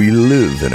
in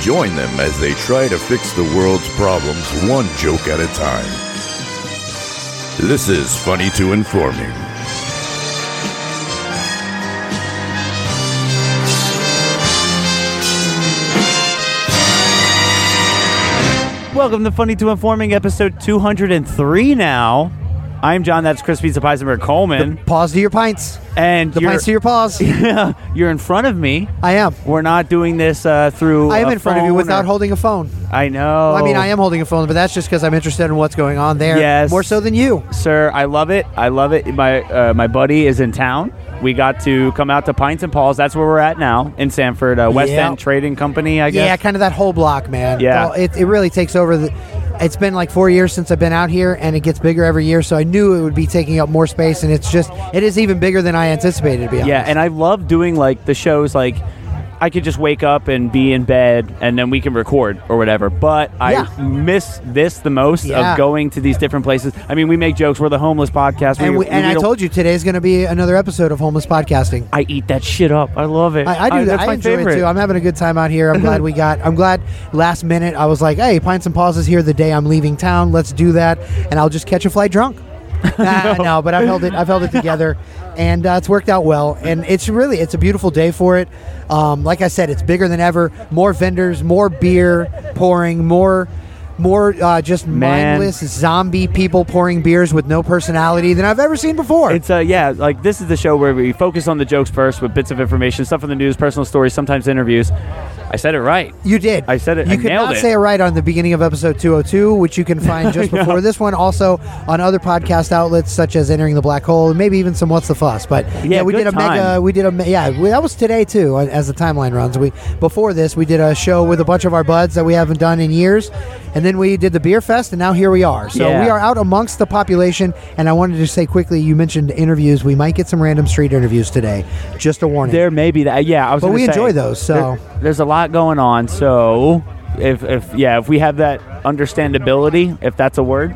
Join them as they try to fix the world's problems one joke at a time. This is Funny to Informing. Welcome to Funny to Informing, episode 203 now. I'm John, that's Chris Pizza Peisenberg Coleman. Pause to your pints. And The you're, pints to your paws. you're in front of me. I am. We're not doing this uh, through. I am a in front of you phone without or- holding a phone. I know. I mean, I am holding a phone, but that's just because I'm interested in what's going on there. Yes. More so than you. Sir, I love it. I love it. My uh, my buddy is in town. We got to come out to Pints and Paul's. That's where we're at now in Sanford. Uh, West Yeah. End Trading Company, I guess. Yeah, kind of that whole block, man. Yeah. Well, It, it really takes over. The, it's been like four years since I've been out here, and it gets bigger every year. So I knew it would be taking up more space, and it's just it is even bigger than I anticipated. To be honest. Yeah, and I love doing like the shows like I could just wake up and be in bed and then we can record or whatever. But Yeah. I miss this the most Yeah. of going to these different places. I mean, we make jokes. We're the homeless podcast. and, we, and I don't- told you today's going to be another episode of homeless podcasting. I eat that shit up. I love it. I, I do. Oh, that's I my enjoy favorite. it too. I'm having a good time out here. I'm glad we got. I'm glad last minute I was like, "Hey, pints and pauses here the day I'm leaving town. Let's do that." And I'll just catch a flight drunk. Nah, no. but I've held it. I've held it together, and uh, it's worked out well. And it's really, it's a beautiful day for it. Um, like I said, it's bigger than ever. More vendors, more beer pouring, more. More uh, just Man. mindless zombie people pouring beers with no personality than I've ever seen before. It's uh yeah, like this is the show where we focus on the jokes first with bits of information, stuff from the news, personal stories, sometimes interviews. I said it right. You did. I said it. You I could nailed not it. say it right on the beginning of episode 202, which you can find just before this one. Also on other podcast outlets such as Entering the Black Hole, and maybe even some What's the Fuss. But Yeah, we good did a mega. time. We did a me- yeah. We, that was today too. uh, As the timeline runs, we before this we did a show with a bunch of our buds that we haven't done in years, and then we did the beer fest, and now here we are. So Yeah. we are out amongst the population. And I wanted to say quickly, you mentioned interviews. We might get some random street interviews today. Just a warning. There may be that. Yeah, I was. But gonna we say, enjoy those, so- there- there's a lot going on. So if if yeah, if we have that understandability, if that's a word,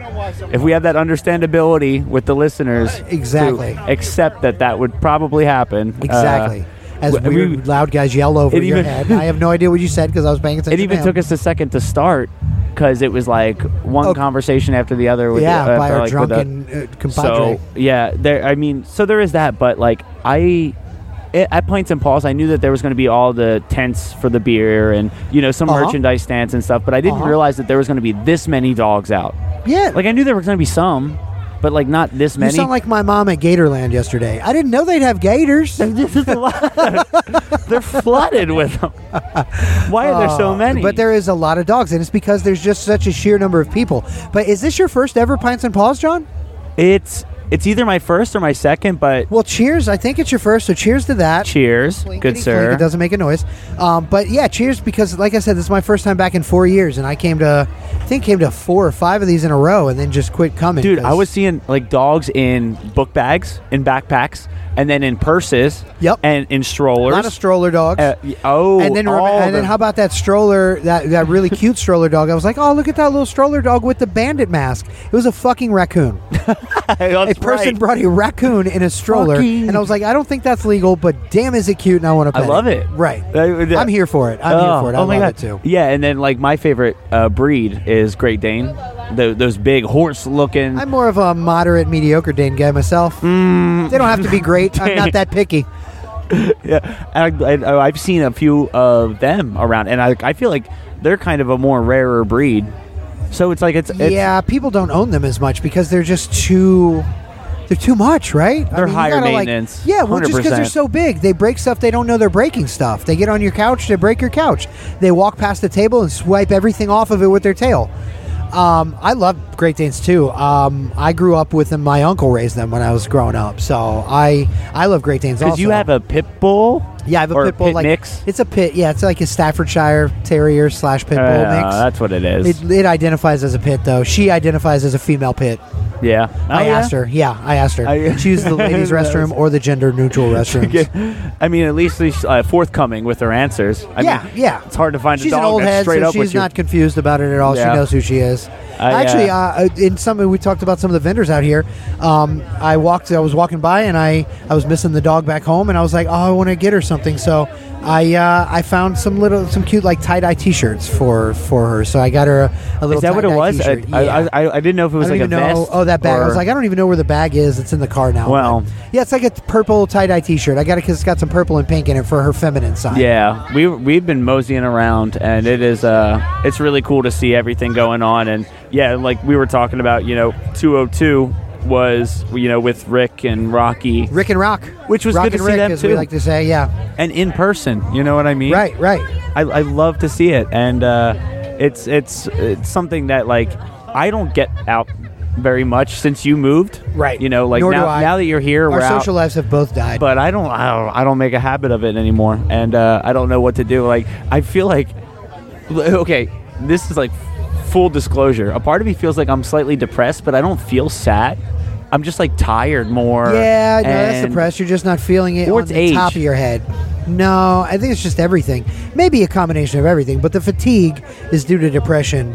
if we have that understandability with the listeners, to Exactly. accept that that would probably happen. uh, Exactly. As w- weird, we- loud guys yell over It your even- head. I have no idea what you said because I was paying attention. it even to him. took us a second to start because it was like one Oh. conversation after the other. With the- yeah, by after, our like, with the- drunken uh, compadre. So yeah, there. I mean, so there is that, but like I. i- At Pints and Paul's, I knew that there was going to be all the tents for the beer and you know some Uh-huh. merchandise stands and stuff, but I didn't Uh-huh. realize that there was going to be this many dogs out. yeah, Like I knew there were going to be some, but like not this you many. sound like my mom at Gatorland yesterday. I didn't know they'd have gators. this is a lot. They're flooded with them. Why are there so Uh, many? But there is a lot of dogs, and it's because there's just such a sheer number of people. But is this your first ever Pints and Paws, John? it's it's either my first or my second, but Well, cheers. I think it's your first, so cheers to that. cheers, Blinkety good clink, sir. It doesn't make a noise. Um, but yeah, cheers because, like I said, this is my first time back in four years, and I came to, I think, came to four or five of these in a row, and then just quit coming. Dude, 'cause- I was seeing like dogs in book bags, in backpacks, and then in purses. Yep. And in a strollers. lot of stroller dogs. Uh, y- oh, and then, remem- all and then the- how about that stroller, that, that really cute stroller dog? I was like, oh, look at that little stroller dog with the bandit mask. It was a fucking raccoon. That's a person right. brought a raccoon in a stroller, Fucking- and I was like, I don't think that's legal, but damn, is it cute, and I want to I pet love it. Right. Uh, the- I'm here for it. I'm here for it. I oh my love god, it too. Yeah, and then like my favorite uh, breed is Great Dane. Tho- those big horse-looking. I'm more of a moderate, mediocre Dane guy myself. Mm. They don't have to be great. I'm not that picky. yeah, I, I, I've seen a few of them around, and I, I feel like they're kind of a more rarer breed. So it's like it's, it's yeah, people don't own them as much because they're just too. They're too much, right? They're you higher gotta, like- maintenance, yeah, well, just because they're 100%. so big, they break stuff they don't know they're breaking stuff. They get on your couch, they break your couch. They walk past the table and swipe everything off of it with their tail. Um, I love Great Danes too. Um, I grew up with them. My uncle raised them when I was growing up, so I I love Great Danes. because you also. have a pit bull. Yeah, I have a Or pit bull. pit like mix? it's a pit. Yeah, it's like a Staffordshire Terrier slash pit bull Uh, mix. that's what it is. It, it identifies as a pit though. She identifies as a female pit. yeah. Oh, I yeah? asked her. Yeah, I asked her. I- she used the ladies' That was- restroom or the gender neutral restrooms. I mean, at least she's uh, forthcoming with her answers. I yeah, mean, yeah. It's hard to find she's a dog an old that's head, straight so up she's with not you. confused about it at all. Yeah. She knows who she is. I, Actually, uh, uh, in some we talked about some of the vendors out here. Um, I walked, I was walking by, and I I was missing the dog back home, and I was like, oh, I want to get her something. So I uh, I found some little some cute like tie dye T-shirts for for her. So I got her a, a little. Is that what it tie-dye was? I, T-shirt. I, Yeah. I, I didn't know if it was I don't like even a know. vest. Oh, that bag. I was or- like, I don't even know where the bag is. It's in the car now. Well. yeah, it's like a purple tie dye t shirt. I got it because it's got some purple and pink in it for her feminine side. Yeah, we we've been moseying around, and it is uh, it's really cool to see everything going on. And yeah, like we were talking about, you know, 202 was you know with Rick and Rocky, Rick and Rock, Which was Rock good to and see Rick, them, as too. we like to say. Yeah, and in person. You know what I mean? right, right. I, I love to see it, and uh, it's it's it's something that like I don't get out very much since you moved. Right. You know, like Nor do now I. now that you're here, Our we're out. social lives have both died. but I don't, I don't I don't make a habit of it anymore, and uh, I don't know what to do. Like I feel like okay, this is like full disclosure. A part of me feels like I'm slightly depressed, but I don't feel sad. I'm just like tired more. yeah, no, that's and- depressed. You're just not feeling it Or on it's the age. top of your head. No, I think it's just everything. Maybe a combination of everything, but the fatigue is due to depression.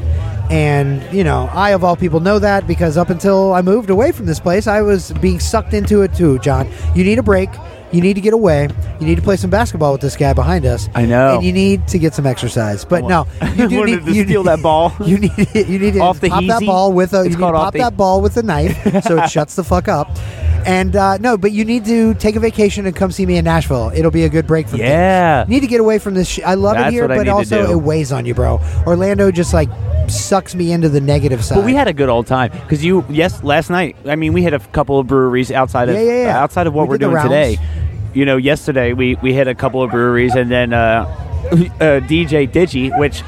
And, you know, I, of all people, know that because up until I moved away from this place, I was being sucked into it too, John. You need a break. You need to get away. You need to play some basketball with this guy behind us. I know. And you need to get some exercise. But no, want- you I do wanted need to you steal need- that ball. You need you need to Off the pop that heezy? ball with a It's you need to called off pop the- that ball with a knife so it shuts the fuck up. And uh, no, but you need to take a vacation and come see me in Nashville. It'll be a good break for Yeah. You need to get away from this. Sh- I love That's it here, what I but need to also do. it weighs on you, bro. Orlando just like sucks me into the negative side. But we had a good old time because you, yes, last night. I mean, we hit a couple of breweries outside of Yeah, yeah, yeah. outside of what We we are did the doing rounds. today. You know, yesterday we we hit a couple of breweries and then uh, uh, DJ Digi, which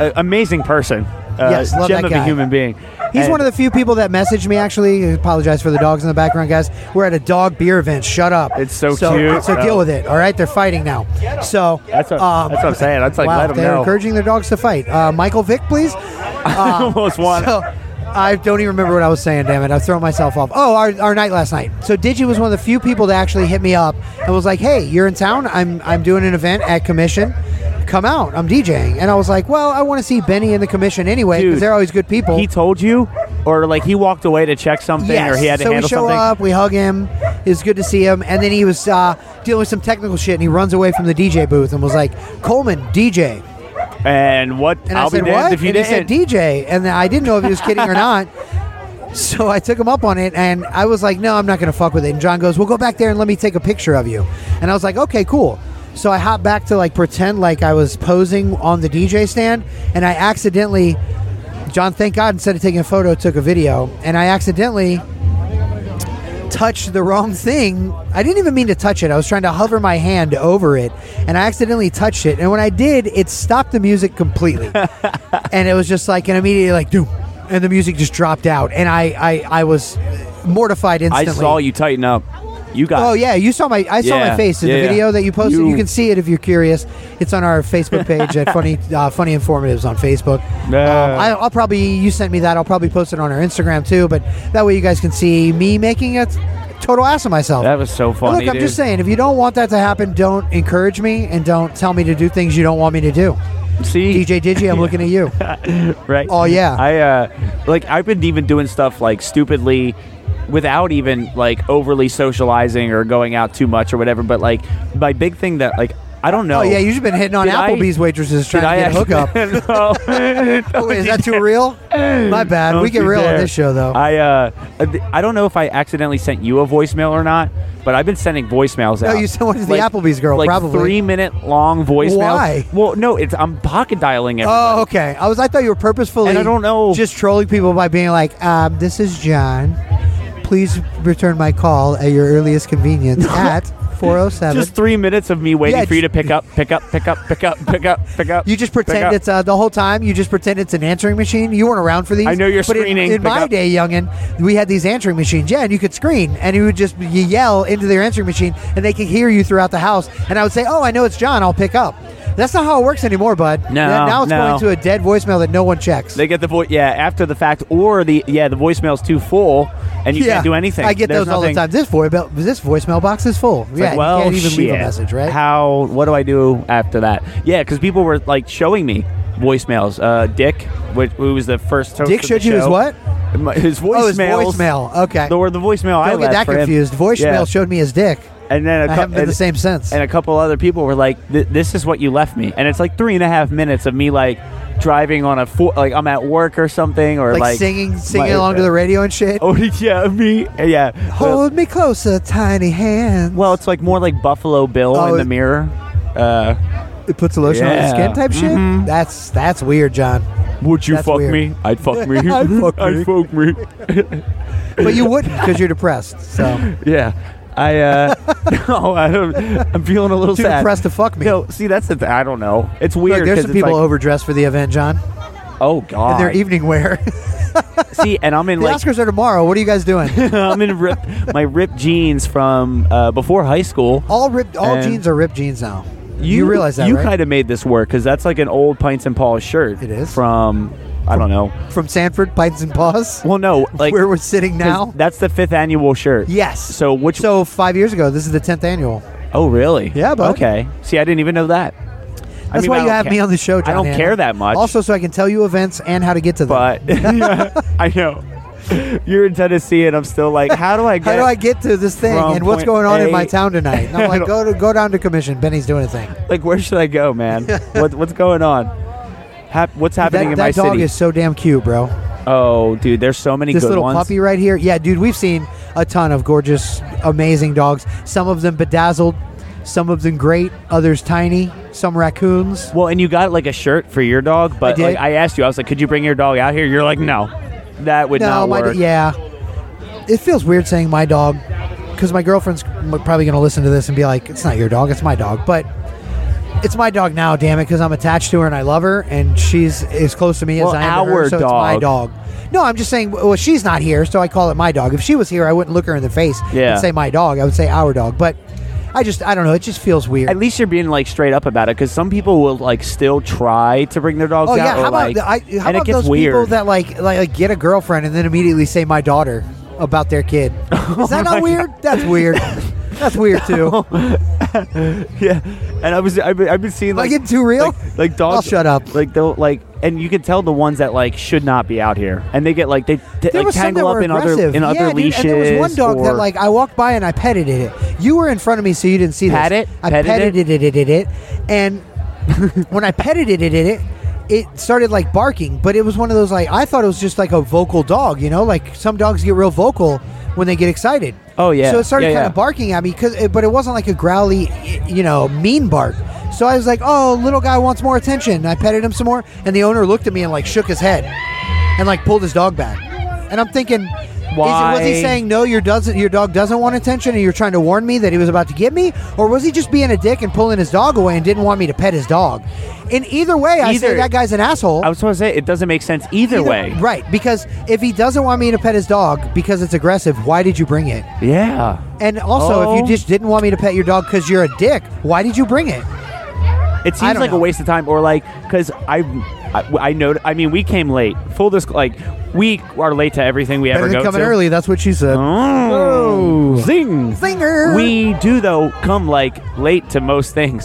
uh, amazing person, uh, Yes, love gem that of guy. a human being. He's one of the few people that messaged me. Actually, I apologize for the dogs in the background, guys. We're at a dog beer event. Shut up. It's so cute. So deal Oh. with it. All right, they're fighting now. So That's what- that's what I'm saying. That's like, Um, wow, let 'em they're know. encouraging their dogs to fight. Uh, Michael Vick, please. I almost won. So, I don't even remember what I was saying, damn it. I've thrown myself off. Oh, our, our night last night. So Digi was one of the few people to actually hit me up and was like, hey, you're in town. I'm, I'm doing an event at Commission. Come out. I'm DJing. And I was like, well, I want to see Benny and the Commission anyway because Dude, they're always good people. he told you, or like he walked away to check something, or he had to so handle we show something. up, we hug him. It was good to see him, and then he was uh, dealing with some technical shit, and he runs away from the DJ booth and was like, "Coleman, DJ." And what? And I'll I said, be damned "What?" if you didn't. and he said, "DJ," and then I didn't know if he was kidding or not. So I took him up on it, and I was like, "No, I'm not going to fuck with it." And John goes, "Well, go back there and let me take a picture of you." And I was like, "Okay, cool." So I hopped back to like pretend like I was posing on the DJ stand, and I accidentally, John, thank God, instead of taking a photo, took a video, and I accidentally touched the wrong thing. I didn't even mean to touch it. I was trying to hover my hand over it, and I accidentally touched it. And when I did, it stopped the music completely, and it was just like an immediate like doom, and the music just dropped out. And I, I, I was mortified I instantly. saw you tighten up. You got. Oh yeah, you saw my I saw Yeah, my face in yeah, the yeah. video that you posted. You, You- can see it if you're curious. It's on our Facebook page at funny uh, funny informatives on Facebook. Yeah. Um, I, I'll probably you sent me that. I'll probably post it on our Instagram too. But that way you guys can see me making a t- total ass of myself. That was so And funny. Look, I'm dude. just saying, if you don't want that to happen, don't encourage me and don't tell me to do things you don't want me to do. See, DJ Digi, I'm looking at you. right? Oh, yeah. I uh, like I've been even doing stuff like stupidly, without even like overly socializing or going out too much or whatever. But like my big thing that like I don't know. Oh yeah, you've just been hitting on Did I- Applebee's waitresses trying Did to I get a hookup. actually- no. Oh, wait, is that too real? My bad. Don't we get you real on dare. this show though. I uh, I don't know if I accidentally sent you a voicemail or not, but I've been sending voicemails No, out. you sent one to the Applebee's girl, like probably. three minute long voicemails. Why? Well, no, it's I'm pocket dialing everybody. Oh, okay. I was. I thought you were purposefully. And I don't know- Just trolling people by being like, um, "This is John. Please return my call at oh your earliest convenience." at 407. Just three minutes of me waiting Yeah, for you to just- pick up, pick up, pick up, pick up, pick up, pick up. you just pick pretend up. it's uh, the whole time. You just pretend it's an answering machine. You weren't around for these. I know you're but in- screening. In, Pick my up. day, youngin, we had these answering machines. Yeah, and you could screen, and you would just you yell into their answering machine, and they could hear you throughout the house. And I would say, "Oh, I know it's John. I'll pick up." That's not how it works anymore, bud. No, Yeah, now it's no. going to a dead voicemail that no one checks. They get the voice, yeah, after the fact, or the yeah, the voicemail's too full, and you can't do anything. I get There's those all the nothing- time. This voicemail, this voicemail box is full. It's yeah, like, well, you can't even leave a shit. message, right? How? What do I do after that? Yeah, because people were like showing me voicemails. Uh, Dick, which, who was the first. Host Dick of showed the you his show- what? My- His voicemail. oh, his voicemail. Okay, Or the voicemail I don't left get that for him. confused. Voicemail Yeah. showed me his dick. and then a I cou- haven't been and- the same since. and a couple other people were like, "Th- "This is what you left me," and it's like three and a half minutes of me like driving on a four, like I'm at work or something, or like, like, singing, singing like- along to the radio and shit. Oh yeah, me yeah. Well, Hold me closer, tiny hands. well, it's like more like Buffalo Bill Oh, in the it- mirror. Uh, it puts a lotion on Yeah. Mm-hmm. your skin type shit. That's that's weird, John. would you That's fuck weird. me? I'd fuck me. I'd fuck me. I'd fuck me. But you wouldn't because you're depressed. So yeah. I uh no, I don't. I'm feeling a little Too sad. depressed to fuck me. No, see that's the. Th- I don't know. It's weird. look, there's 'cause some it's people like, overdressed for the event, John. Oh And god. their evening wear. the see, and I'm in like Oscars are tomorrow. What are you guys doing? I'm in rip my ripped jeans from uh, before high school. All ripped. All And- jeans are ripped jeans now. Oh, You, realize that, you right? kind of made this work because that's like an old Pints and Paul shirt. It is. from I don't know. From Sanford, Pints and Paws, Well, no, like where we're sitting 'cause now. That's the fifth annual shirt. Yes. So which? So five years ago, this is the tenth annual. oh, really? Yeah, bud. Okay. See, I didn't even know that. That's why you have me on the show. John I don't Hanna. care that much. Also, so I can tell you events and how to get to them. but I know you're in Tennessee, and I'm still like, how do I How get? do I get to this thing? From And what's point going on in A- my town tonight? And I'm I like, don't- go to go down to commission. Benny's doing a thing. like, where should I go, man? what, what's going on? Hap- what's happening That, in that my dog city? is so damn cute, bro. oh, dude, there's so many This good little ones. puppy right here. Yeah, dude, we've seen a ton of gorgeous, amazing dogs. Some of them bedazzled, some of them great, others tiny, some raccoons. Well, and you got like a shirt for your dog, but did. like I asked you, I was like, could you bring your dog out here? You're like, no, that would No, not my work. do- yeah. It feels weird saying my dog because my girlfriend's m- probably going to listen to this and be like, "It's not your dog, it's my dog." But it's my dog now, damn it, because I'm attached to her and I love her, and she's as close to me Well, as I am to her, our so it's my dog. dog. No, I'm just saying. Well, she's not here, so I call it my dog. If she was here, I wouldn't look her in the face Yeah. and say my dog. I would say our dog. But I just, I don't know. It just feels weird. At least you're being like straight up about it, because some people will like still try to bring their dogs Oh out. yeah, or, how like, about the- I, how and about it gets those weird. people that like, like like get a girlfriend and then immediately say my daughter about their kid? Is Oh that not weird? That's weird. That's weird too. yeah, and I was I've been, I've been seeing I like getting too real? like, like dogs. I'll shut up. Like they'll like, and you can tell the ones that like should not be out here, and they get like they t- There like was some that tangle were up in aggressive. other in yeah, other dude, leashes. And there was one dog that or- like I walked by and I petted it. You were in front of me, so you didn't see Pat this. it? I Petted petted it, it, it, it, it, and when I petted it, it, it, it, it started like barking. But it was one of those like I thought it was just like a vocal dog. You know, like some dogs get real vocal when they get excited. Oh, yeah. So it started Yeah, kind yeah. of barking at me, cause, but it wasn't like a growly, y- you know, mean bark. So I was like, "Oh, little guy wants more attention." And I petted him some more, and the owner looked at me and like shook his head and like pulled his dog back. And I'm thinking, is- was Why? he saying no? Your doesn't your dog doesn't want attention, and you're trying to warn me that he was about to get me, or was he just being a dick and pulling his dog away and didn't want me to pet his dog? In either way, I say Either- that guy's an asshole. I was supposed to say it doesn't make sense either, Either- way. right? Because if he doesn't want me to pet his dog because it's aggressive, why did you bring it? Yeah, And also, if Oh. you just didn't want me to pet your dog because you're a dick, why did you bring it? It seems don't like know. a waste of time, or like because I, I, I know. I mean, we came late. Full disc, like we are late to everything we Better ever than go coming to. early. That's what she said. Oh, zing! Zinger. We do though come like late to most things.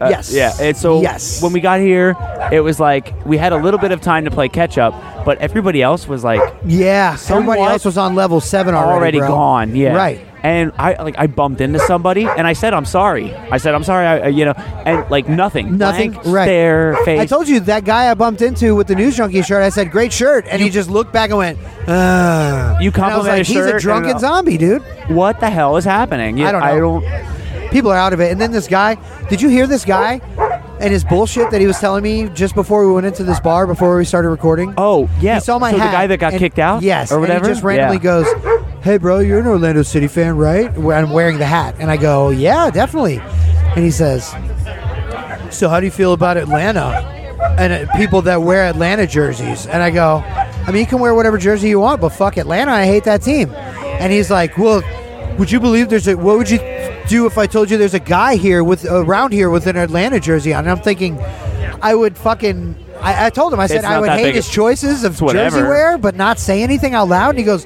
Uh, Yes. Yeah. And so Yes. when we got here, it was like we had a little bit of time to play catch up, but everybody else was like yeah, Somewhat- everybody else was on level seven already. already bro. gone. Yeah. Right. And I like I bumped into somebody and I said I'm sorry. I said I'm sorry. I, I- you know, and like nothing, Nothing, Blank right. stare face. I told you that guy I bumped into with the news junkie shirt. I said, "Great shirt," and he just looked back and went, "Ugh." You And I was complimented like, a shirt "He's a and- uh, drunken zombie, dude." what the hell is happening? You- I don't know. I don't. People are out of it. And then this guy, did you hear this guy and his bullshit that he was telling me just before we went into this bar before we started recording? Oh yeah. He saw my so hat. the guy that got and- kicked out. Yes, or and whatever. he just randomly yeah. goes, hey, bro, you're an Orlando City fan, right? Where I'm wearing the hat. And I go, yeah, definitely. And he says, so how do you feel about Atlanta and uh, people that wear Atlanta jerseys? And I go, I mean, you can wear whatever jersey you want, but fuck Atlanta. I hate that team. And he's like, well, would you believe there's a, what would you do if I told you there's a guy here with, around here with an Atlanta jersey on? And I'm thinking, I would fucking, I, I told him, I said, It's I not would that hate big a- his choices of It's whatever. jersey wear, but not say anything out loud. And he goes,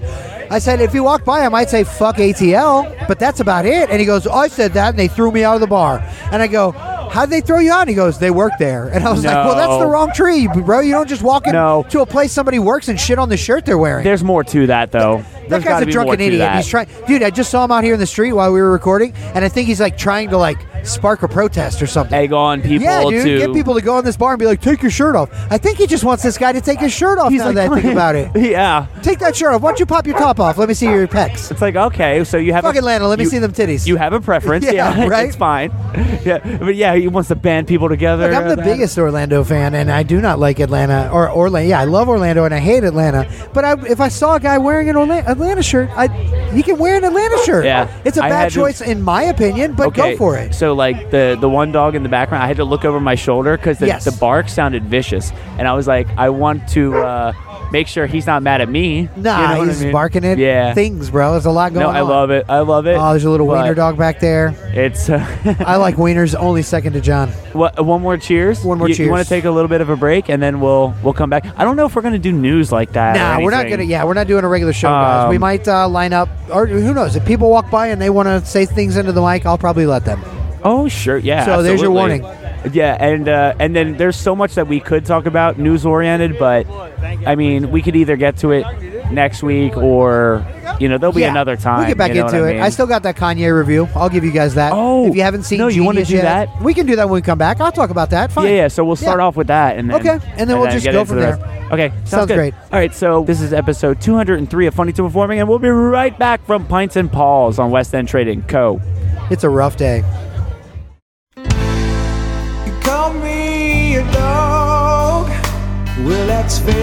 I said, if you walk by, I might say, fuck ATL, but that's about it. And he goes, I said that, and they threw me out of the bar. And I go, How'd they throw you out? And he goes, They work there. And I was like, Well, that's the No. wrong tree, bro. You don't just walk in No. to a place somebody works and shit on the shirt they're wearing. There's more to that, though. that There's guy's gotta a be more drunken to idiot. that. He's trying, dude. I just saw him out here in the street while we were recording, and I think he's like trying to like spark a protest or something. egg on people Yeah, dude, to get people to go in this bar and be like, "Take your shirt off." I think he just wants this guy to take his shirt off. He's now like, that I think about it, yeah. take that shirt off. Why don't you pop your top off? Let me see your pecs. It's like okay, so you have Fuck a, Atlanta. Let me you- see them titties. You have a preference, Yeah, yeah, right? It's fine. Yeah, but yeah, he wants to band people together. Look, I'm the That- biggest Orlando fan, and I do not like Atlanta or Orlando. Yeah, I love Orlando and I hate Atlanta. But I, if I saw a guy wearing an Orla- Atlanta shirt, I he can wear an Atlanta shirt. Yeah. it's a I bad had to- choice in my opinion. But go for it. So like the the one dog in the background, I had to look over my shoulder because the, Yes. the bark sounded vicious, and I was like, I want to uh, make sure he's not mad at me. Nah, You know what I he's mean? barking at Yeah. things, bro. There's a lot going no, on. I love it. I love it. Oh, there's a little but wiener dog back there. It's uh, I like wieners only second to John. What, uh, one more cheers. One more you, You want cheers. to take a little bit of a break and then we'll we'll come back. I don't know if we're gonna do news like that. Nah, or we're not anything. gonna. Yeah, we're not doing a regular show, guys. Um, We might uh, line up, or who knows? If people walk by and they want to say things into the mic, I'll probably let them. Oh sure, yeah. So there's your absolutely. warning. Yeah, and uh, and then there's so much that we could talk about news oriented, but I mean we could either get to it next week or you know there'll be Yeah, another time. We get back you know into what I it. mean? I still got that Kanye review. I'll give you guys that. Oh, if you haven't seen, no, you wanna Genius do yet, that? We can do that when we come back. I'll talk about that. Fine. Yeah, yeah. So we'll start Yeah. off with that, and then Okay, and then we'll just get go into from the there. rest. Okay, sounds, Sounds good. great. All right, so this is episode 203 of Funny to Performing, and we'll be right back from Pints and Paws on West End Trading Co. It's a rough day. You call me a dog. Well, that's fair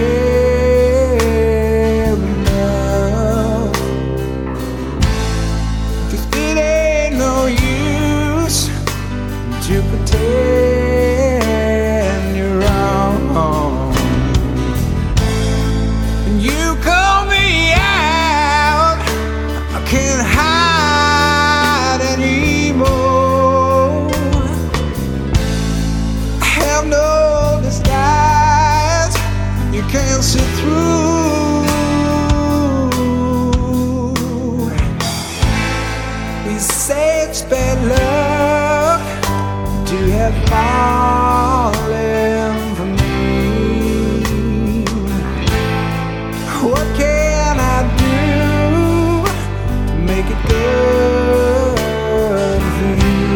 enough. 'Cause it ain't no use to pretend you're wrong. And you call me out. I can't hide anymore have no disguise. You can't see through. You say it's bad luck to have fallen for me. What can I do? to Make it good for you.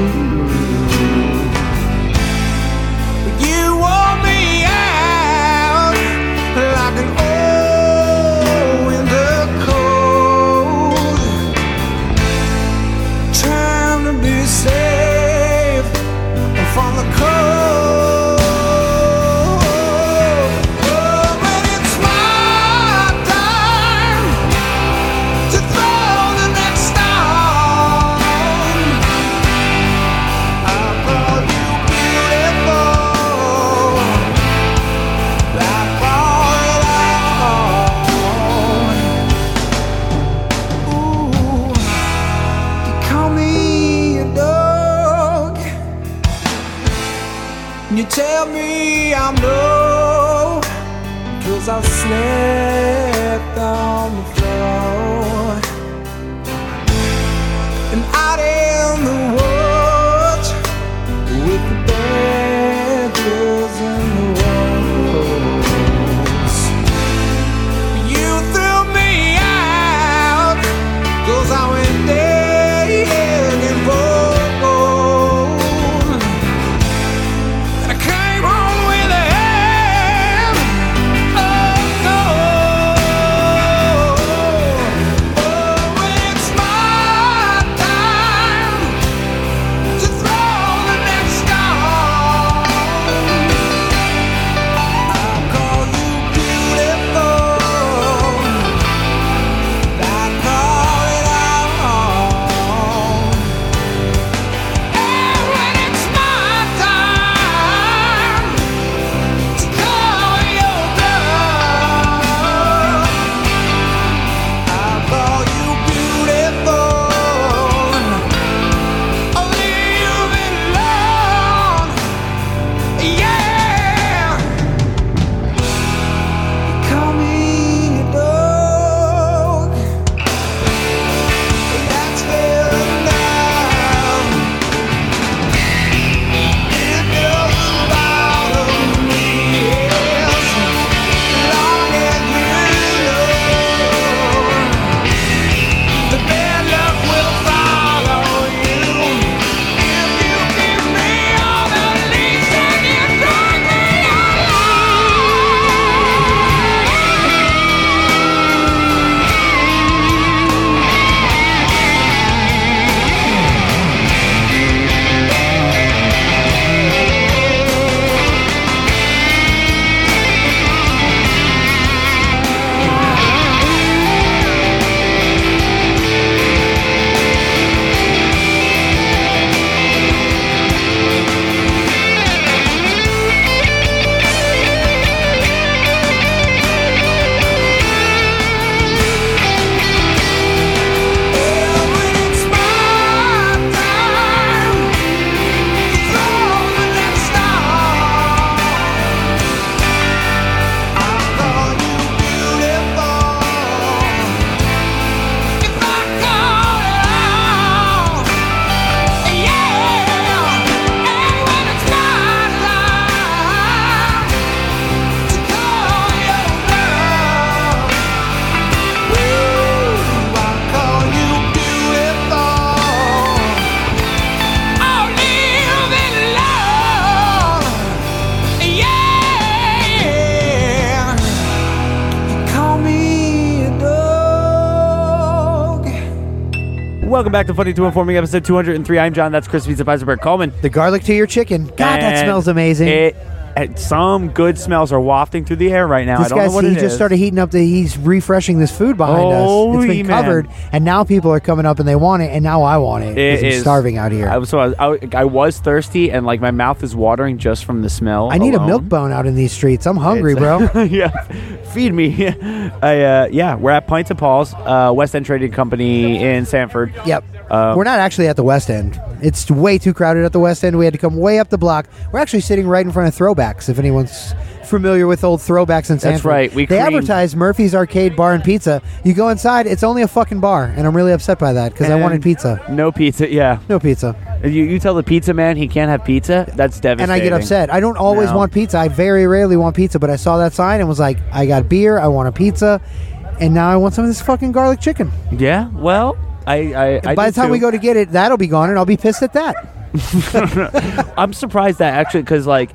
You wore me out like an old winter cold. Time to be safe from the cold. Oh, but it's my time to throw the next stone. I call you beautiful. I call it all. You call me a dog. You tell me I'm low 'cause I slept on the floor. And out in the woods with the badgers and the wolves. You threw me out 'cause I went digging for gold. And I came home with a hand of gold. Oh, it's my time. Welcome back to Funny to Informing, episode 203. I'm John. That's Chris Pizza Heisenberg Coleman. The garlic to your chicken. God, that And smells amazing. It, and some good smells are wafting through the air right now. I this don't guy, know what he it just is. started heating up. The, he's refreshing this food behind us. It's Holy been man. covered, and now people are coming up and they want it, and now I want it. 'cause It I'm is- starving out here. I I, was, so I, was, I, I was thirsty, and like my mouth is watering just from the smell. need a alone. milk bone out in these streets. I'm hungry, bro. yeah, feed me. I, uh, yeah, we're at Pints and Paul's, uh, West End Trading Company in Sanford. Yep. Uh, We're not actually at the West End. It's way too crowded at the West End. We had to come way up the block. We're actually sitting right in front of Throwbacks, if anyone's familiar with old Throwbacks in Sanford. right. We they creamed- advertise Murphy's Arcade Bar and Pizza. You go inside, it's only a fucking bar, and I'm really upset by that because I And wanted pizza. No pizza. Yeah, No pizza. you, you tell the pizza man he can't have pizza. That's And devastating. I get upset. I don't always No. want pizza. I very rarely want pizza, but I saw that sign and was like, I got beer, I want a pizza, and now I want some of this fucking garlic chicken. Yeah. Well, I. I, I By do the time we too. go to get it, that'll be gone, and I'll be pissed at that. I'm surprised that actually because like,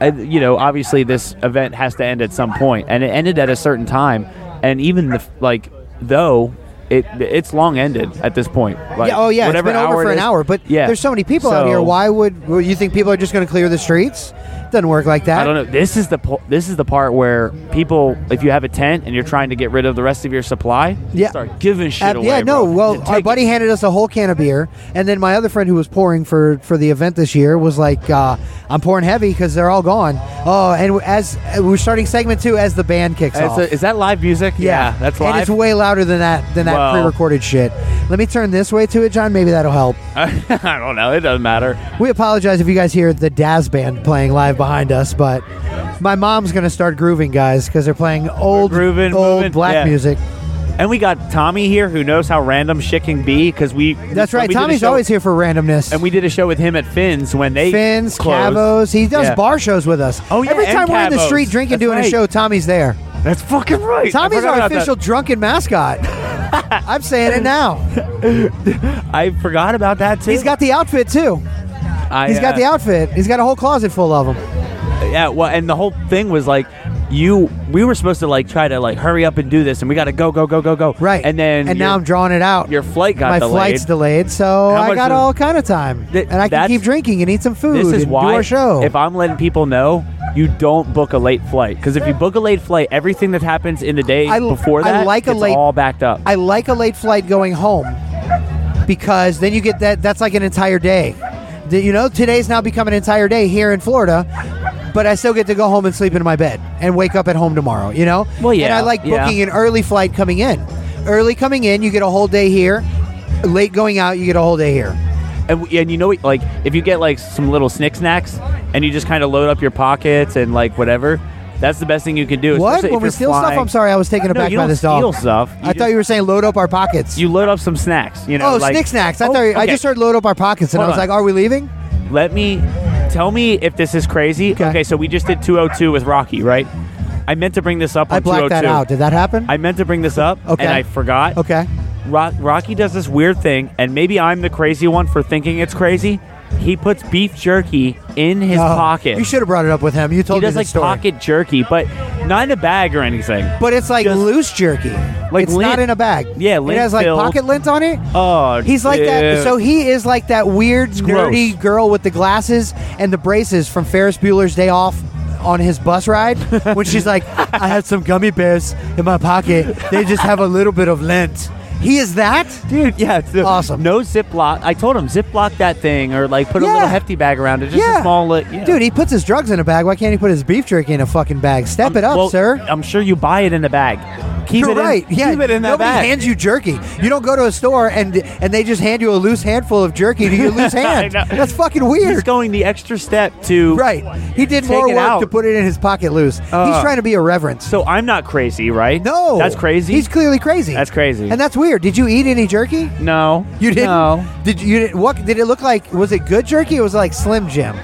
I, you know, obviously this event has to end at some point, and it ended at a certain time, and even the f- like though. It, it's long ended at this point. Like, yeah, oh yeah, it's whatever been over hour for it an is- hour. But yeah. there's so many people out here. So- Why would well, you think people are just going to clear the streets? Doesn't work like that. I don't know. This is the po- this is the part where people, if you have a tent and you're trying to get rid of the rest of your supply, Yeah. start giving shit Uh, away. yeah, no. bro. Well, Take our it. buddy handed us a whole can of beer, and then my other friend who was pouring for for the event this year was like, uh, "I'm pouring heavy because they're all gone." Oh, and w- as uh, we're starting segment two, as the band kicks That's off. a- is that live music? yeah. that's and live. it's way louder than that than that Well- pre-recorded shit. Let me turn this way to it, John. Maybe that'll help. I don't know. It doesn't matter. We apologize if you guys hear the Daz Band playing live behind us, but my mom's gonna start grooving, guys, because they're playing old, grooving, old moving, black yeah. music. And we got Tommy here, who knows how random shit can be, because we. That's when right. we did a Tommy's show- always here for randomness. And we did a show with him at Finn's when they Fins, closed. Cavos. He does Yeah. bar shows with us. Oh, yeah, Every and time we're in the Cavos. street drinking, That's doing a right. show, Tommy's there. That's fucking right. I Tommy's forgot our about that. official drunken mascot. I'm saying it now. I forgot about that too. He's got the outfit too. I, He's got uh, the outfit. He's got a whole closet full of them. Yeah, well, and the whole thing was like, you, we were supposed to like try to like hurry up and do this, and we got to go, go, go, go, go. Right. And then and your- now I'm drawing it out. your flight got my delayed. flight's delayed, so How I much got was- all kind of time, Th- and I can that's- keep drinking and eat some food. This is and why do our show. if I'm letting people know, you don't book a late flight because if you book a late flight, everything that happens in the day I- before I that, like a it's late- all backed up. I like a late flight going home because then you get that. That's like an entire day. Th- You know, today's now become an entire day here in Florida, but I still get to go home and sleep in my bed and wake up at home tomorrow. You know. Well, And yeah, I like yeah. booking an early flight coming in. Early coming in, you get a whole day here. Late going out, you get a whole day here. and, w- and you know, what, like if you get like some little snick snacks and you just kind of load up your pockets and like whatever, that's the best thing you can do. What? especially if When we you're steal flying. stuff, I'm sorry, I was taken No, aback you by don't this steal dog. stuff. You I thought just- you were saying load up our pockets. You load up some snacks, you know. oh, like, snick snacks. I Oh, thought you, I okay. just heard load up our pockets, and Hold I was on. like, "Are we leaving?" Let me tell me if this is crazy. Okay. Okay. so we just did 202 with Rocky, right? I meant to bring this up. I on blacked that 202. out. Did that happen? I meant to bring this up, Okay. and I forgot. okay. Ro- Rocky does this weird thing, and maybe I'm the crazy one for thinking it's crazy. He puts beef jerky in his Oh, pocket. You should have brought it up with him. You he told me does the like story. pocket jerky, but not in a bag or anything. but it's like just- loose jerky. Like it's lint- not in a bag. Yeah, it lint has like filled. pocket lint on it. Oh, He's like that. dude. So he is like that weird, gross. nerdy girl with the glasses and the braces from Ferris Bueller's Day Off on his bus ride when she's like, I had some gummy bears in my pocket. They just have a little bit of lint. He is that? Dude, yeah, it's the- Awesome. No Ziploc. I told him Ziploc that thing, or like put a Yeah. little hefty bag around it, just a small. Li- yeah. Dude, he puts his drugs in a bag. Why can't he put his beef jerky in a fucking bag? Step it up, Um, Well, sir. I'm sure you buy it in a bag. Keep You're it in, right. yeah, keep it in that nobody bag. hands you jerky. You don't go to a store and and they just hand you a loose handful of jerky to your loose hand. know. That's fucking He's weird. going the extra step to right. He did Take more it work out. to put it in his pocket loose. He's Uh, trying to be irreverent. So I'm not crazy, right? no, that's crazy. He's clearly crazy. That's crazy. And that's weird. Did you eat any jerky? no, You didn't. No. Did you? did- What did it look like? Was it good jerky? It was like Slim Jim.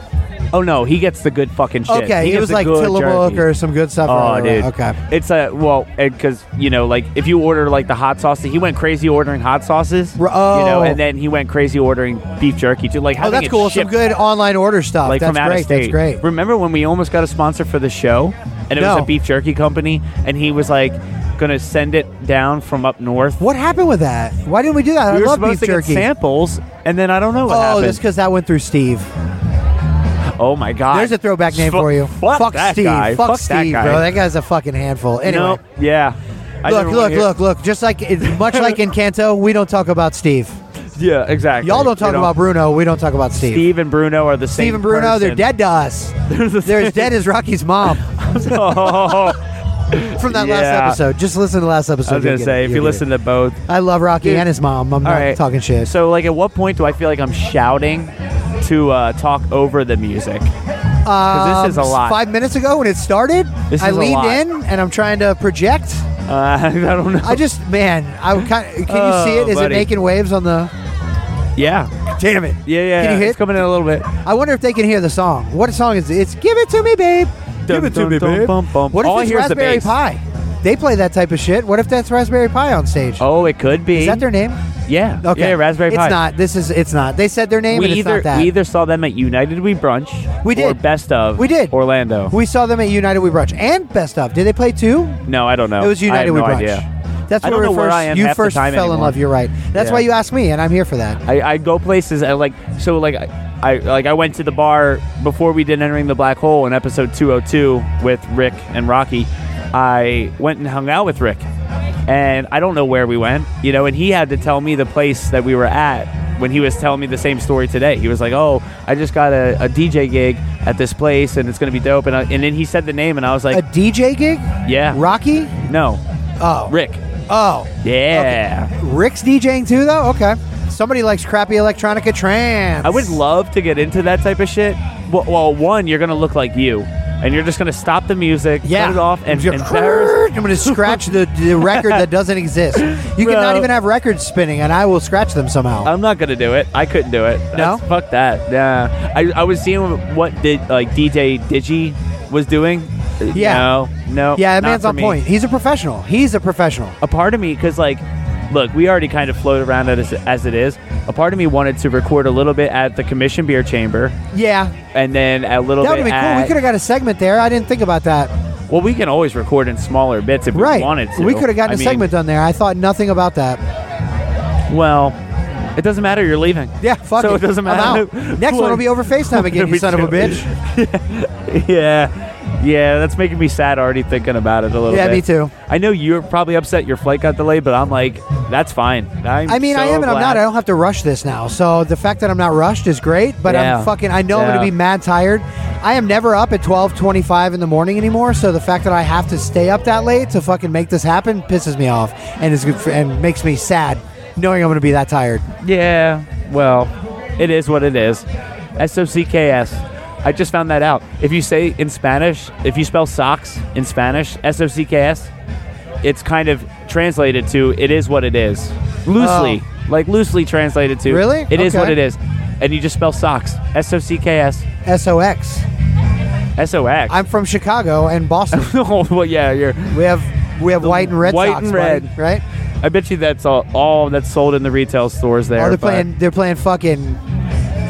Oh no, he gets the good fucking shit. Okay, he it gets was the like good Tillamook jerky. or some good stuff. Oh, Right, right, dude. right. Okay. It's a well, because you know, like if you order like the hot sauce, he went crazy ordering hot sauces. R- you know, oh. and then he went crazy ordering beef jerky too. Like, Oh, that's cool. Some good online order stuff. Like that's from out great. of state. That's great. Remember when we almost got a sponsor for the show, and it was No. a beef jerky company, and he was like, gonna send it down from up north. What happened with that? Why didn't we do that? We I were love supposed beef to get jerky. samples, and then I don't know what oh, happened. that's because that went through Steve. oh my god! There's a throwback name Fu- for you. Fuck, that Steve. guy. Fuck, Fuck that Steve, guy. bro. That guy's a fucking handful. Anyway. Nope. Yeah. I Look, never wanna look, hear- look, look. Just like, it- much like in Canto, we don't talk about Steve. Yeah, exactly. Y'all don't talk You know? about Bruno. We don't talk about Steve. Steve and Bruno are the same. Steve and Bruno, they're person. dead to us. They're the They're as same- dead as Rocky's mom oh, from that Yeah. last episode. Just listen to the last episode. I was you'll gonna get it. say if You'll you get it. listen to both. I love Rocky Dude. and his mom. I'm All not right, talking shit. So, like, at what point do I feel like I'm shouting to uh, talk over the music? um, this is a lot. Five minutes ago when it started, This I is a leaned lot. in and I'm trying to project. Uh, I don't know. I just, man, I kind of, can Oh, you see it? Is buddy. it making waves on the? yeah, Damn it! yeah, yeah. Can you yeah. hit? It's coming in a little bit. I wonder if they can hear the song. What song is it? It's "Give It to Me, Babe." Dum, dum, dum, bum, bum. What if All I it's hear is the Raspberry bass. Pie? They play that type of shit. What if that's Raspberry Pie on stage? Oh, it could be. Is that their name? Yeah. Yeah, Raspberry it's Pi. not. This is. It's not. They said their name, We and it's either not that. we either saw them at United We Brunch. We Or did. Best of. We did. Orlando. We saw them at United We Brunch and Best of. Did they play two? no, I don't know. It was Oh, I United have We no Brunch. idea. That's I where, don't we know where first, I am you half the first time fell in anymore. love. You're right. That's Yeah. why you asked me, and I'm here for that. I, I go places I like so like I, I like I went to the bar before we did entering the black hole in episode 202 with Rick and Rocky. I went and hung out with Rick, and I don't know where we went, you know. And he had to tell me the place that we were at when he was telling me the same story today. He was like, "Oh, I just got a, a DJ gig at this place, and it's gonna be dope." And I, and then he said the name, and I was A like, DJ gig? "Yeah, Rocky? no, Oh. Rick, Oh. yeah." Rick's DJing too, though? Okay. Somebody likes crappy electronica trance. I would love to get into that type of shit. Well, well one, you're gonna look like you, and you're just gonna stop the music, Yeah. cut it off, and Just- embarrass. I'm going to scratch the, the record that doesn't exist. You cannot Well- even have records spinning, and I will scratch them somehow. I'm not gonna do it. I couldn't do it. No? That's- fuck that. Yeah, I, I was seeing what did like DJ Digi was doing. Yeah. no, no. yeah, that not man's for on me. point. He's a professional. He's a professional. A part of me, because like, look, we already kind of float around it as, as it is. A part of me wanted to record a little bit at the Commission Beer Chamber, Yeah. and then a little That would bit be cool. at. We could have got a segment there. I didn't think about that. well, we can always record in smaller bits if Right. we wanted to. We could have gotten a a segment on there. I thought nothing about that. Well, it doesn't matter. You're leaving. Yeah, fuck so it. it doesn't I'm matter. out. Next one will be over FaceTime again, you we son of a do? bitch. yeah, yeah. That's making me sad already thinking about it a little Yeah, bit. me too. I know you're probably upset your flight got delayed, but I'm like, that's fine. I'm I mean, I so am and I'm not. glad. I don't have to rush this now. So the fact that I'm not rushed is great, but Yeah. I'm fucking, I know I'm going Yeah. to be mad tired. I am never up at 12:25 in the morning anymore, so the fact that I have to stay up that late to fucking make this happen pisses me off and is good for, and makes me sad knowing I'm going to be that tired. Yeah. Well, it is what it is. S O C K S. I just found that out. If you say in Spanish, if you spell socks in Spanish, S O C K S, it's kind of translated to it is what it is. Loosely. Like loosely translated to Oh. Really? it is what Okay. it is. And you just spell socks. S O C K S. SOX. S O X. I'm from Chicago and Boston. Oh, well, yeah, you're. we have we have white and red white Sox, and buddy, red. right? I bet you that's all, all that's sold in the retail stores there. Oh, they're but- playing. They're playing fucking.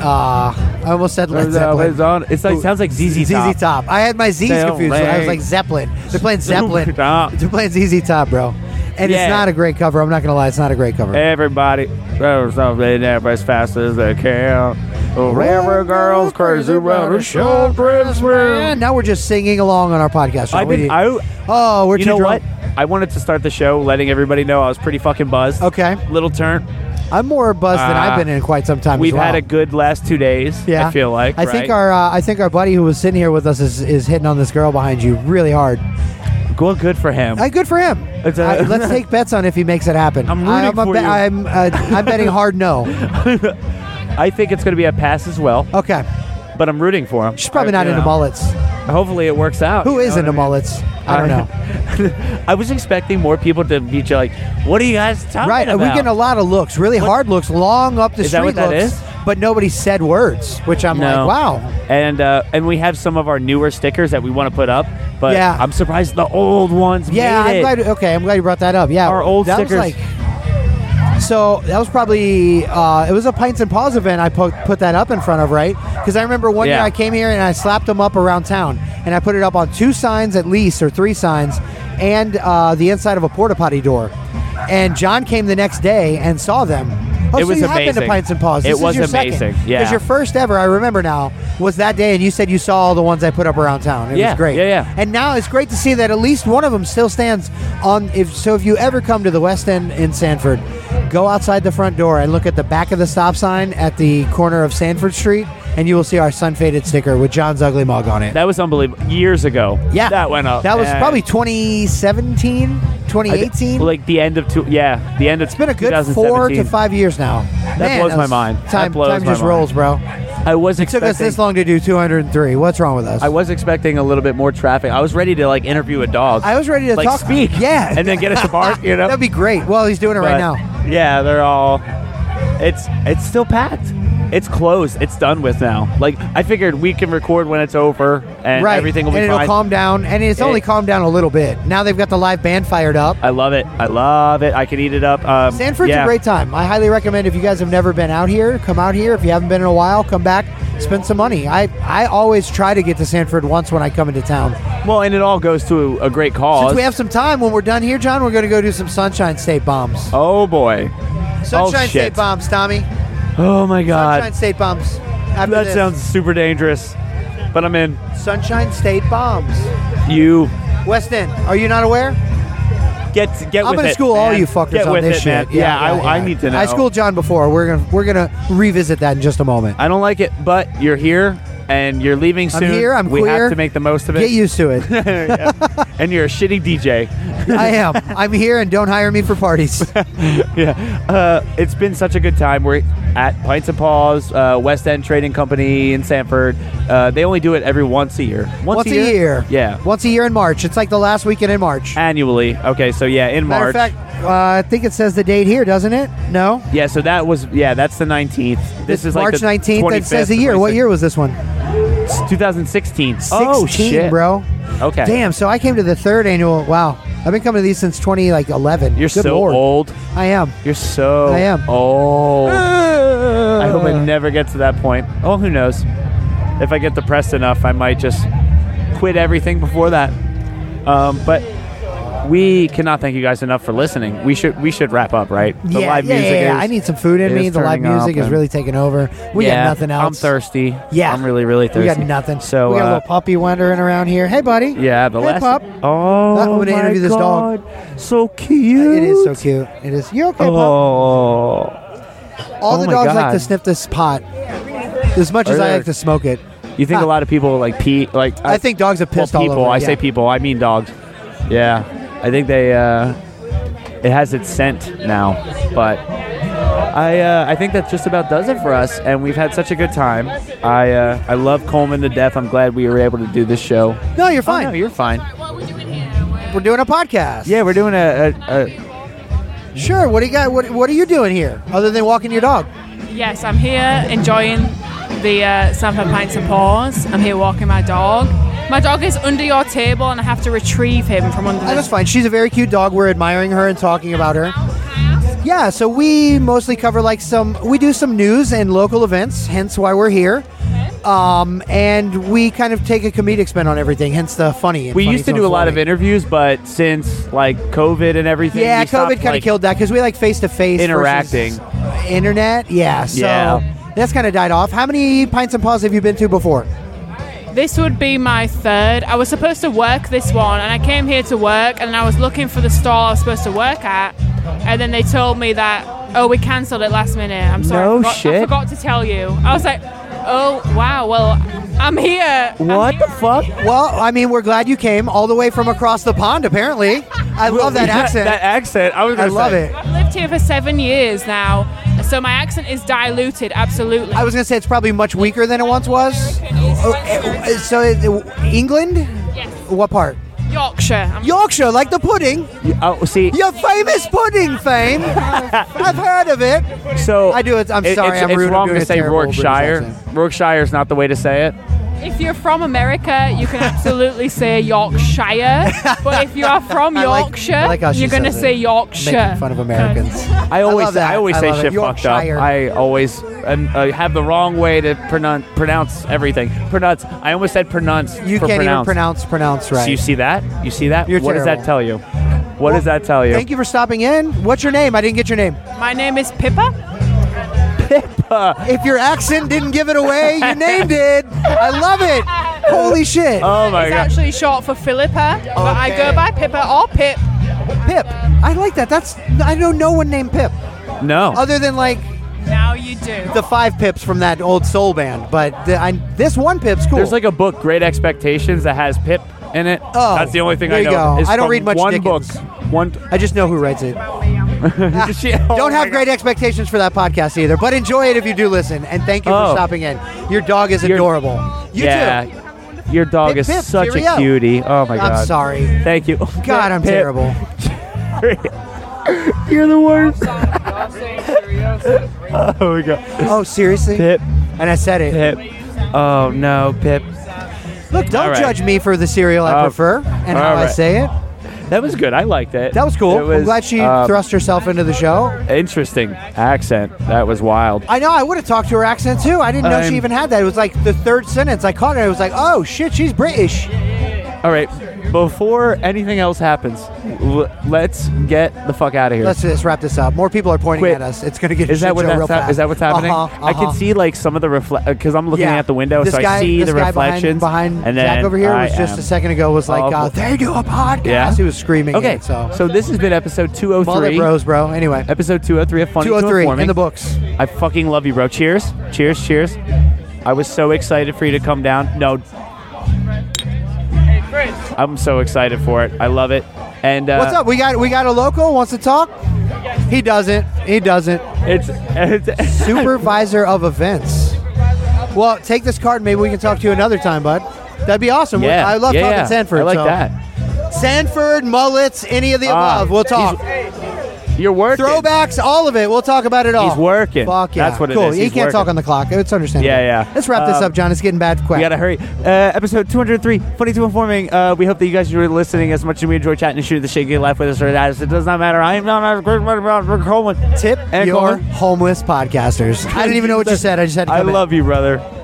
Uh, I almost said Led It's on- Zeppelin. it's on- it's like, sounds like ZZ Top. ZZ Top. I had my Z's Oh, They don't confused. so I was like- like Zeppelin. They're playing Zeppelin. Top. They're playing ZZ Top, bro. And Yeah. it's not a great cover. I'm not gonna lie. It's not a great cover. Everybody throws something up as fast as they can. The river girls crazy round the shoulders. And now we're just singing along on our podcast. I've We been, need- I, oh, we're you too know drunk. what? I wanted to start the show letting everybody know I was pretty fucking buzzed. Okay, Little turn. I'm more buzzed than Ah. I've been in quite some time. as We've had well. a good last two days. Yeah, I feel like. I think our uh, I think our buddy who was sitting here with us is, is hitting on this girl behind you really hard. well, good for him. Uh, good for him. It's a- I- let's take bets on if he makes it happen. I'm rooting I'm a for bet- you. I'm, uh, I'm betting hard no. I think it's going to be a pass as well, Okay, but I'm rooting for him. she's probably I- not you into know. mullets. Hopefully it works out. Who you is know what into I mean? mullets? I don't know. I was expecting more people to be like, "What are you guys talking Right, about?" we're getting a lot of looks, really hard looks, long up the Is that street what that looks, is? but nobody said words, which I'm No. like, wow. and uh, and we have some of our newer stickers that we want to put up. But Yeah. I'm surprised the old ones. Yeah, made I'm it. glad. Okay, I'm glad you brought that up. Yeah, Our old that stickers. Was like, so that was probably uh, it was a pints and paws event. I po- put that up in front of right because I remember one Yeah. year I came here and I slapped them up around town and I put it up on two signs at least or three signs and uh, the inside of a porta potty door. And John came the next day and saw them. Oh, It so was you have been to amazing. Pints and Paws. It This is was your amazing, Second, yeah. Because your first ever, I remember now, was that day, and you said you saw all the ones I put up around town. It Yeah, was great. yeah, yeah. And now it's great to see that at least one of them still stands on. If so, if you ever come to the West End in Sanford, go outside the front door and look at the back of the stop sign at the corner of Sanford Street, and you will see our sun faded sticker with John's ugly mug on it. That was unbelievable. Years ago. yeah, That went up. That was and- probably I 2017, d- 2018. Like the end of two. Yeah, the end of. it's been a good four to five years now. That blows my mind. That Time, blows time my just mind. rolls, bro. I was It took expecting. us this long to do 203. What's wrong with us? I was expecting a little bit more traffic. I was ready to like interview a dog. I was ready to like talk. speak. Yeah. and then get us a bark. You know. That'd be great. Well, he's doing it right But, now. Yeah, they're all. It's it's still packed. It's closed. It's done with now. Like I figured we can record when it's over and right. everything will be and it'll fine. calm down. And it's only It- calmed down a little bit. Now they've got the live band fired up. I love it. I love it. I can eat it up. Um, Sanford's yeah. a great time. I highly recommend if you guys have never been out here, come out here. If you haven't been in a while, come back, spend some money. I, I always try to get to Sanford once when I come into town. Well, and it all goes to a great cause. Since we have some time, when we're done here, John, we're going to go do some Sunshine State bombs. oh boy. Sunshine State shit. bombs, Tommy. Oh my God. Sunshine State bombs. After that this. sounds super dangerous. But I'm in. Sunshine State bombs. You West End. Are you not aware? get get I'm with gonna it, school all man. you fuckers Get on with this it, shit. man. Yeah, I, I need to know. I schooled John before. We're gonna we're gonna revisit that in just a moment. I don't like it, but you're here and you're leaving I'm soon. here, I'm we queer. have to make the most of it. Get used to it. and you're a shitty DJ. I am. I'm here, and don't hire me for parties. yeah. Uh, it's been such a good time. We're at Pints and Paws, uh, West End Trading Company in Sanford. Uh, they only do it every once a year. Once, Once a year. Yeah. Once a year in March. It's like the last weekend in March. Annually. Okay, so yeah, in Matter March. of fact, uh, I think it says the date here, doesn't it? No. yeah, so that was, yeah, that's the 19th. This is March like the 19th. It says the year. What year was this one? 2016. 16, oh, shit. bro. Okay. Damn. So I came to the third annual. Wow. I've been coming to these since 20 like 11. You're Good so Lord. old. I am. You're so I am. Ah. old. I hope I never get to that point. Oh, who knows? If I get depressed enough, I might just quit everything before that. Um, but we cannot thank you guys enough for listening. We should we should wrap up, right? The yeah, live yeah, music yeah, yeah. is- I need some food in is me. The live turning up music is and- really taking over. We yeah, got nothing else. I'm thirsty. Yeah. I'm really really thirsty. We got nothing. So we got a uh, little puppy wandering around here. Hey, buddy. yeah, the hey, last pup. Oh, I'm gonna my interview this dog. God. So cute. It is so cute. It is. You okay, pup? Oh. All oh the my dogs like God. to sniff this pot, as much Are as I there- like to smoke it. You think Ah. a lot of people like pee? Like I think dogs have pissed well, all people. over it, I yeah. say people. I mean dogs. Yeah, I think they. Uh, it has its scent now, but I. Uh, I think that just about does it for us, and we've had such a good time. I. Uh, I love Coleman to death. I'm glad we were able to do this show. No, you're fine. Oh, no, you're fine. We're doing a podcast. Yeah, we're doing a. a, a Sure. What do you got? What What are you doing here other than walking your dog? Yes, I'm here enjoying the uh, Sanford Pints and Paws. I'm here walking my dog. My dog is under your table and I have to retrieve him from under Oh, That's the fine. She's a very cute dog. We're admiring her and talking about her. Yeah, so we mostly cover like some, we do some news and local events, hence why we're here. Um, and we kind of take a comedic spin on everything, hence the funny. and we funny used to so do a lot of funny. interviews, but since like COVID and everything, Yeah, we COVID stopped, kind of like- killed that because we like face to face Interacting. internet. Yeah, so Yeah. that's kind of died off. How many pints and paws have you been to before? This would be my third. I was supposed to work this one and I came here to work and I was looking for the stall I was supposed to work at and then they told me that, oh, we cancelled it last minute. I'm sorry. No I forgot, shit. I forgot to tell you. I was like, oh, wow, well, I'm here. I'm What the here. fuck? Well, I mean, we're glad you came all the way from across the pond. Apparently, I love Oh, that accent. that accent. I was. I gonna love say. it. I've lived here for seven years now, so my accent is diluted, absolutely. I was gonna say it's probably much weaker than it once was. Oh, eh, So, it- England? What part? Yorkshire. I'm Yorkshire, like the pudding. Oh, see, Your famous pudding fame. I've heard of it. So I do it- I'm it- sorry, It's, I'm it's rude, I'm wrong doing to a say terrible British Yorkshire. accent. Yorkshire is not the way to say it. if you're from America, you can absolutely say Yorkshire. But if you are from I like- Yorkshire, I like how she you're gonna says it. say Yorkshire. Making fun of Americans. I always, love say, that. I always I love say it. shit fucked up. Yorkshire. I always um, uh, have the wrong way to pronounce pronounce everything. Pronounce. I almost said pronounce. You for can't even pronounce. pronounce pronounce right. So you see that? You see that? You're what does terrible. that tell you? What does that tell you? Thank you for stopping in. What's your name? I didn't get your name. My name is Pippa. If your accent didn't give it away, you named it. I love it. Holy shit. Oh my it's god. actually short for Philippa, but I Okay. go by Pippa or Pip. Pip. I like that. That's I know no one named Pip no. other than like Now you do. the five Pips from that old soul band, but the, I, this one Pip's cool. There's like a book, Great Expectations, that has Pip in it. Oh, That's the only thing there I you know. go. It's I don't from read much One Dickens. book. One. I just know who writes it. She- oh Don't my have great God. expectations for that podcast either, but enjoy it if you do listen. And thank you for Oh. stopping in. Your dog is Your- adorable. You yeah. too. Your dog Pip, is Pip, such cheerio. a cutie. Oh my god. I'm sorry. Thank you. God, I'm Pip, terrible. You're the worst. oh my god. Oh, seriously? Pip. And I said it. Pip. Oh no, Pip. Look, don't All right. judge me for the cereal I Oh, prefer and how all I right. say it. That was good. I liked it. That was cool. It I'm glad she uh, thrust herself into the show. Interesting accent. That was wild. I know. I would have talked to her accent too. I didn't know I'm- she even had that. It was like the third sentence. I caught it. I was like, oh shit, she's British. All right. Before anything else happens, l- let's get the fuck out of here. Let's just wrap this up. More people are pointing Quit. at us. It's gonna get a Is that shit what show that's real hap- fast. is that what's happening? Uh-huh, I uh-huh. can see like some of the reflect because I'm looking Yeah. out the window, This so guy- I see this the guy reflections. Behind, behind and then Zach over here was I just am- a second ago was like, awful. uh, they do a podcast. Yeah? He was screaming. Okay, It, so so this has been episode Mullet 203. Bros, bro. Anyway, Episode 203 of Funny to 203 Informing. in the books. I fucking love you, bro. Cheers, cheers, cheers. I was so excited for you to come down. No, I'm so excited for it. I love it. And uh, What's up? We got we got a local wants to talk. He doesn't. He doesn't. It's, it's Supervisor of events. Well, take this card. Maybe we can talk to you another time, bud. That'd be awesome. We- yeah. I love yeah, talking yeah. Sanford. I like so- that. Sanford mullets, any of the Ah, above. We'll talk. You're working. Throwbacks, all of it. We'll talk about it all. He's working. Fuck yeah. That's what it cool. is. He He's can't talk working. on the clock. It's understandable. Yeah, yeah. Let's wrap this Um, up, John. It's getting bad quick. We gotta hurry. Uh, episode 203, Funny to Informing. Uh, we hope that you guys enjoyed listening as much as we enjoy chatting and shooting the shit, get laugh with us or that. It does not matter. I am not a great Coleman. Tip And your Coleman. homeless podcasters. I didn't even know what you said. I just had to I come in. love you, brother.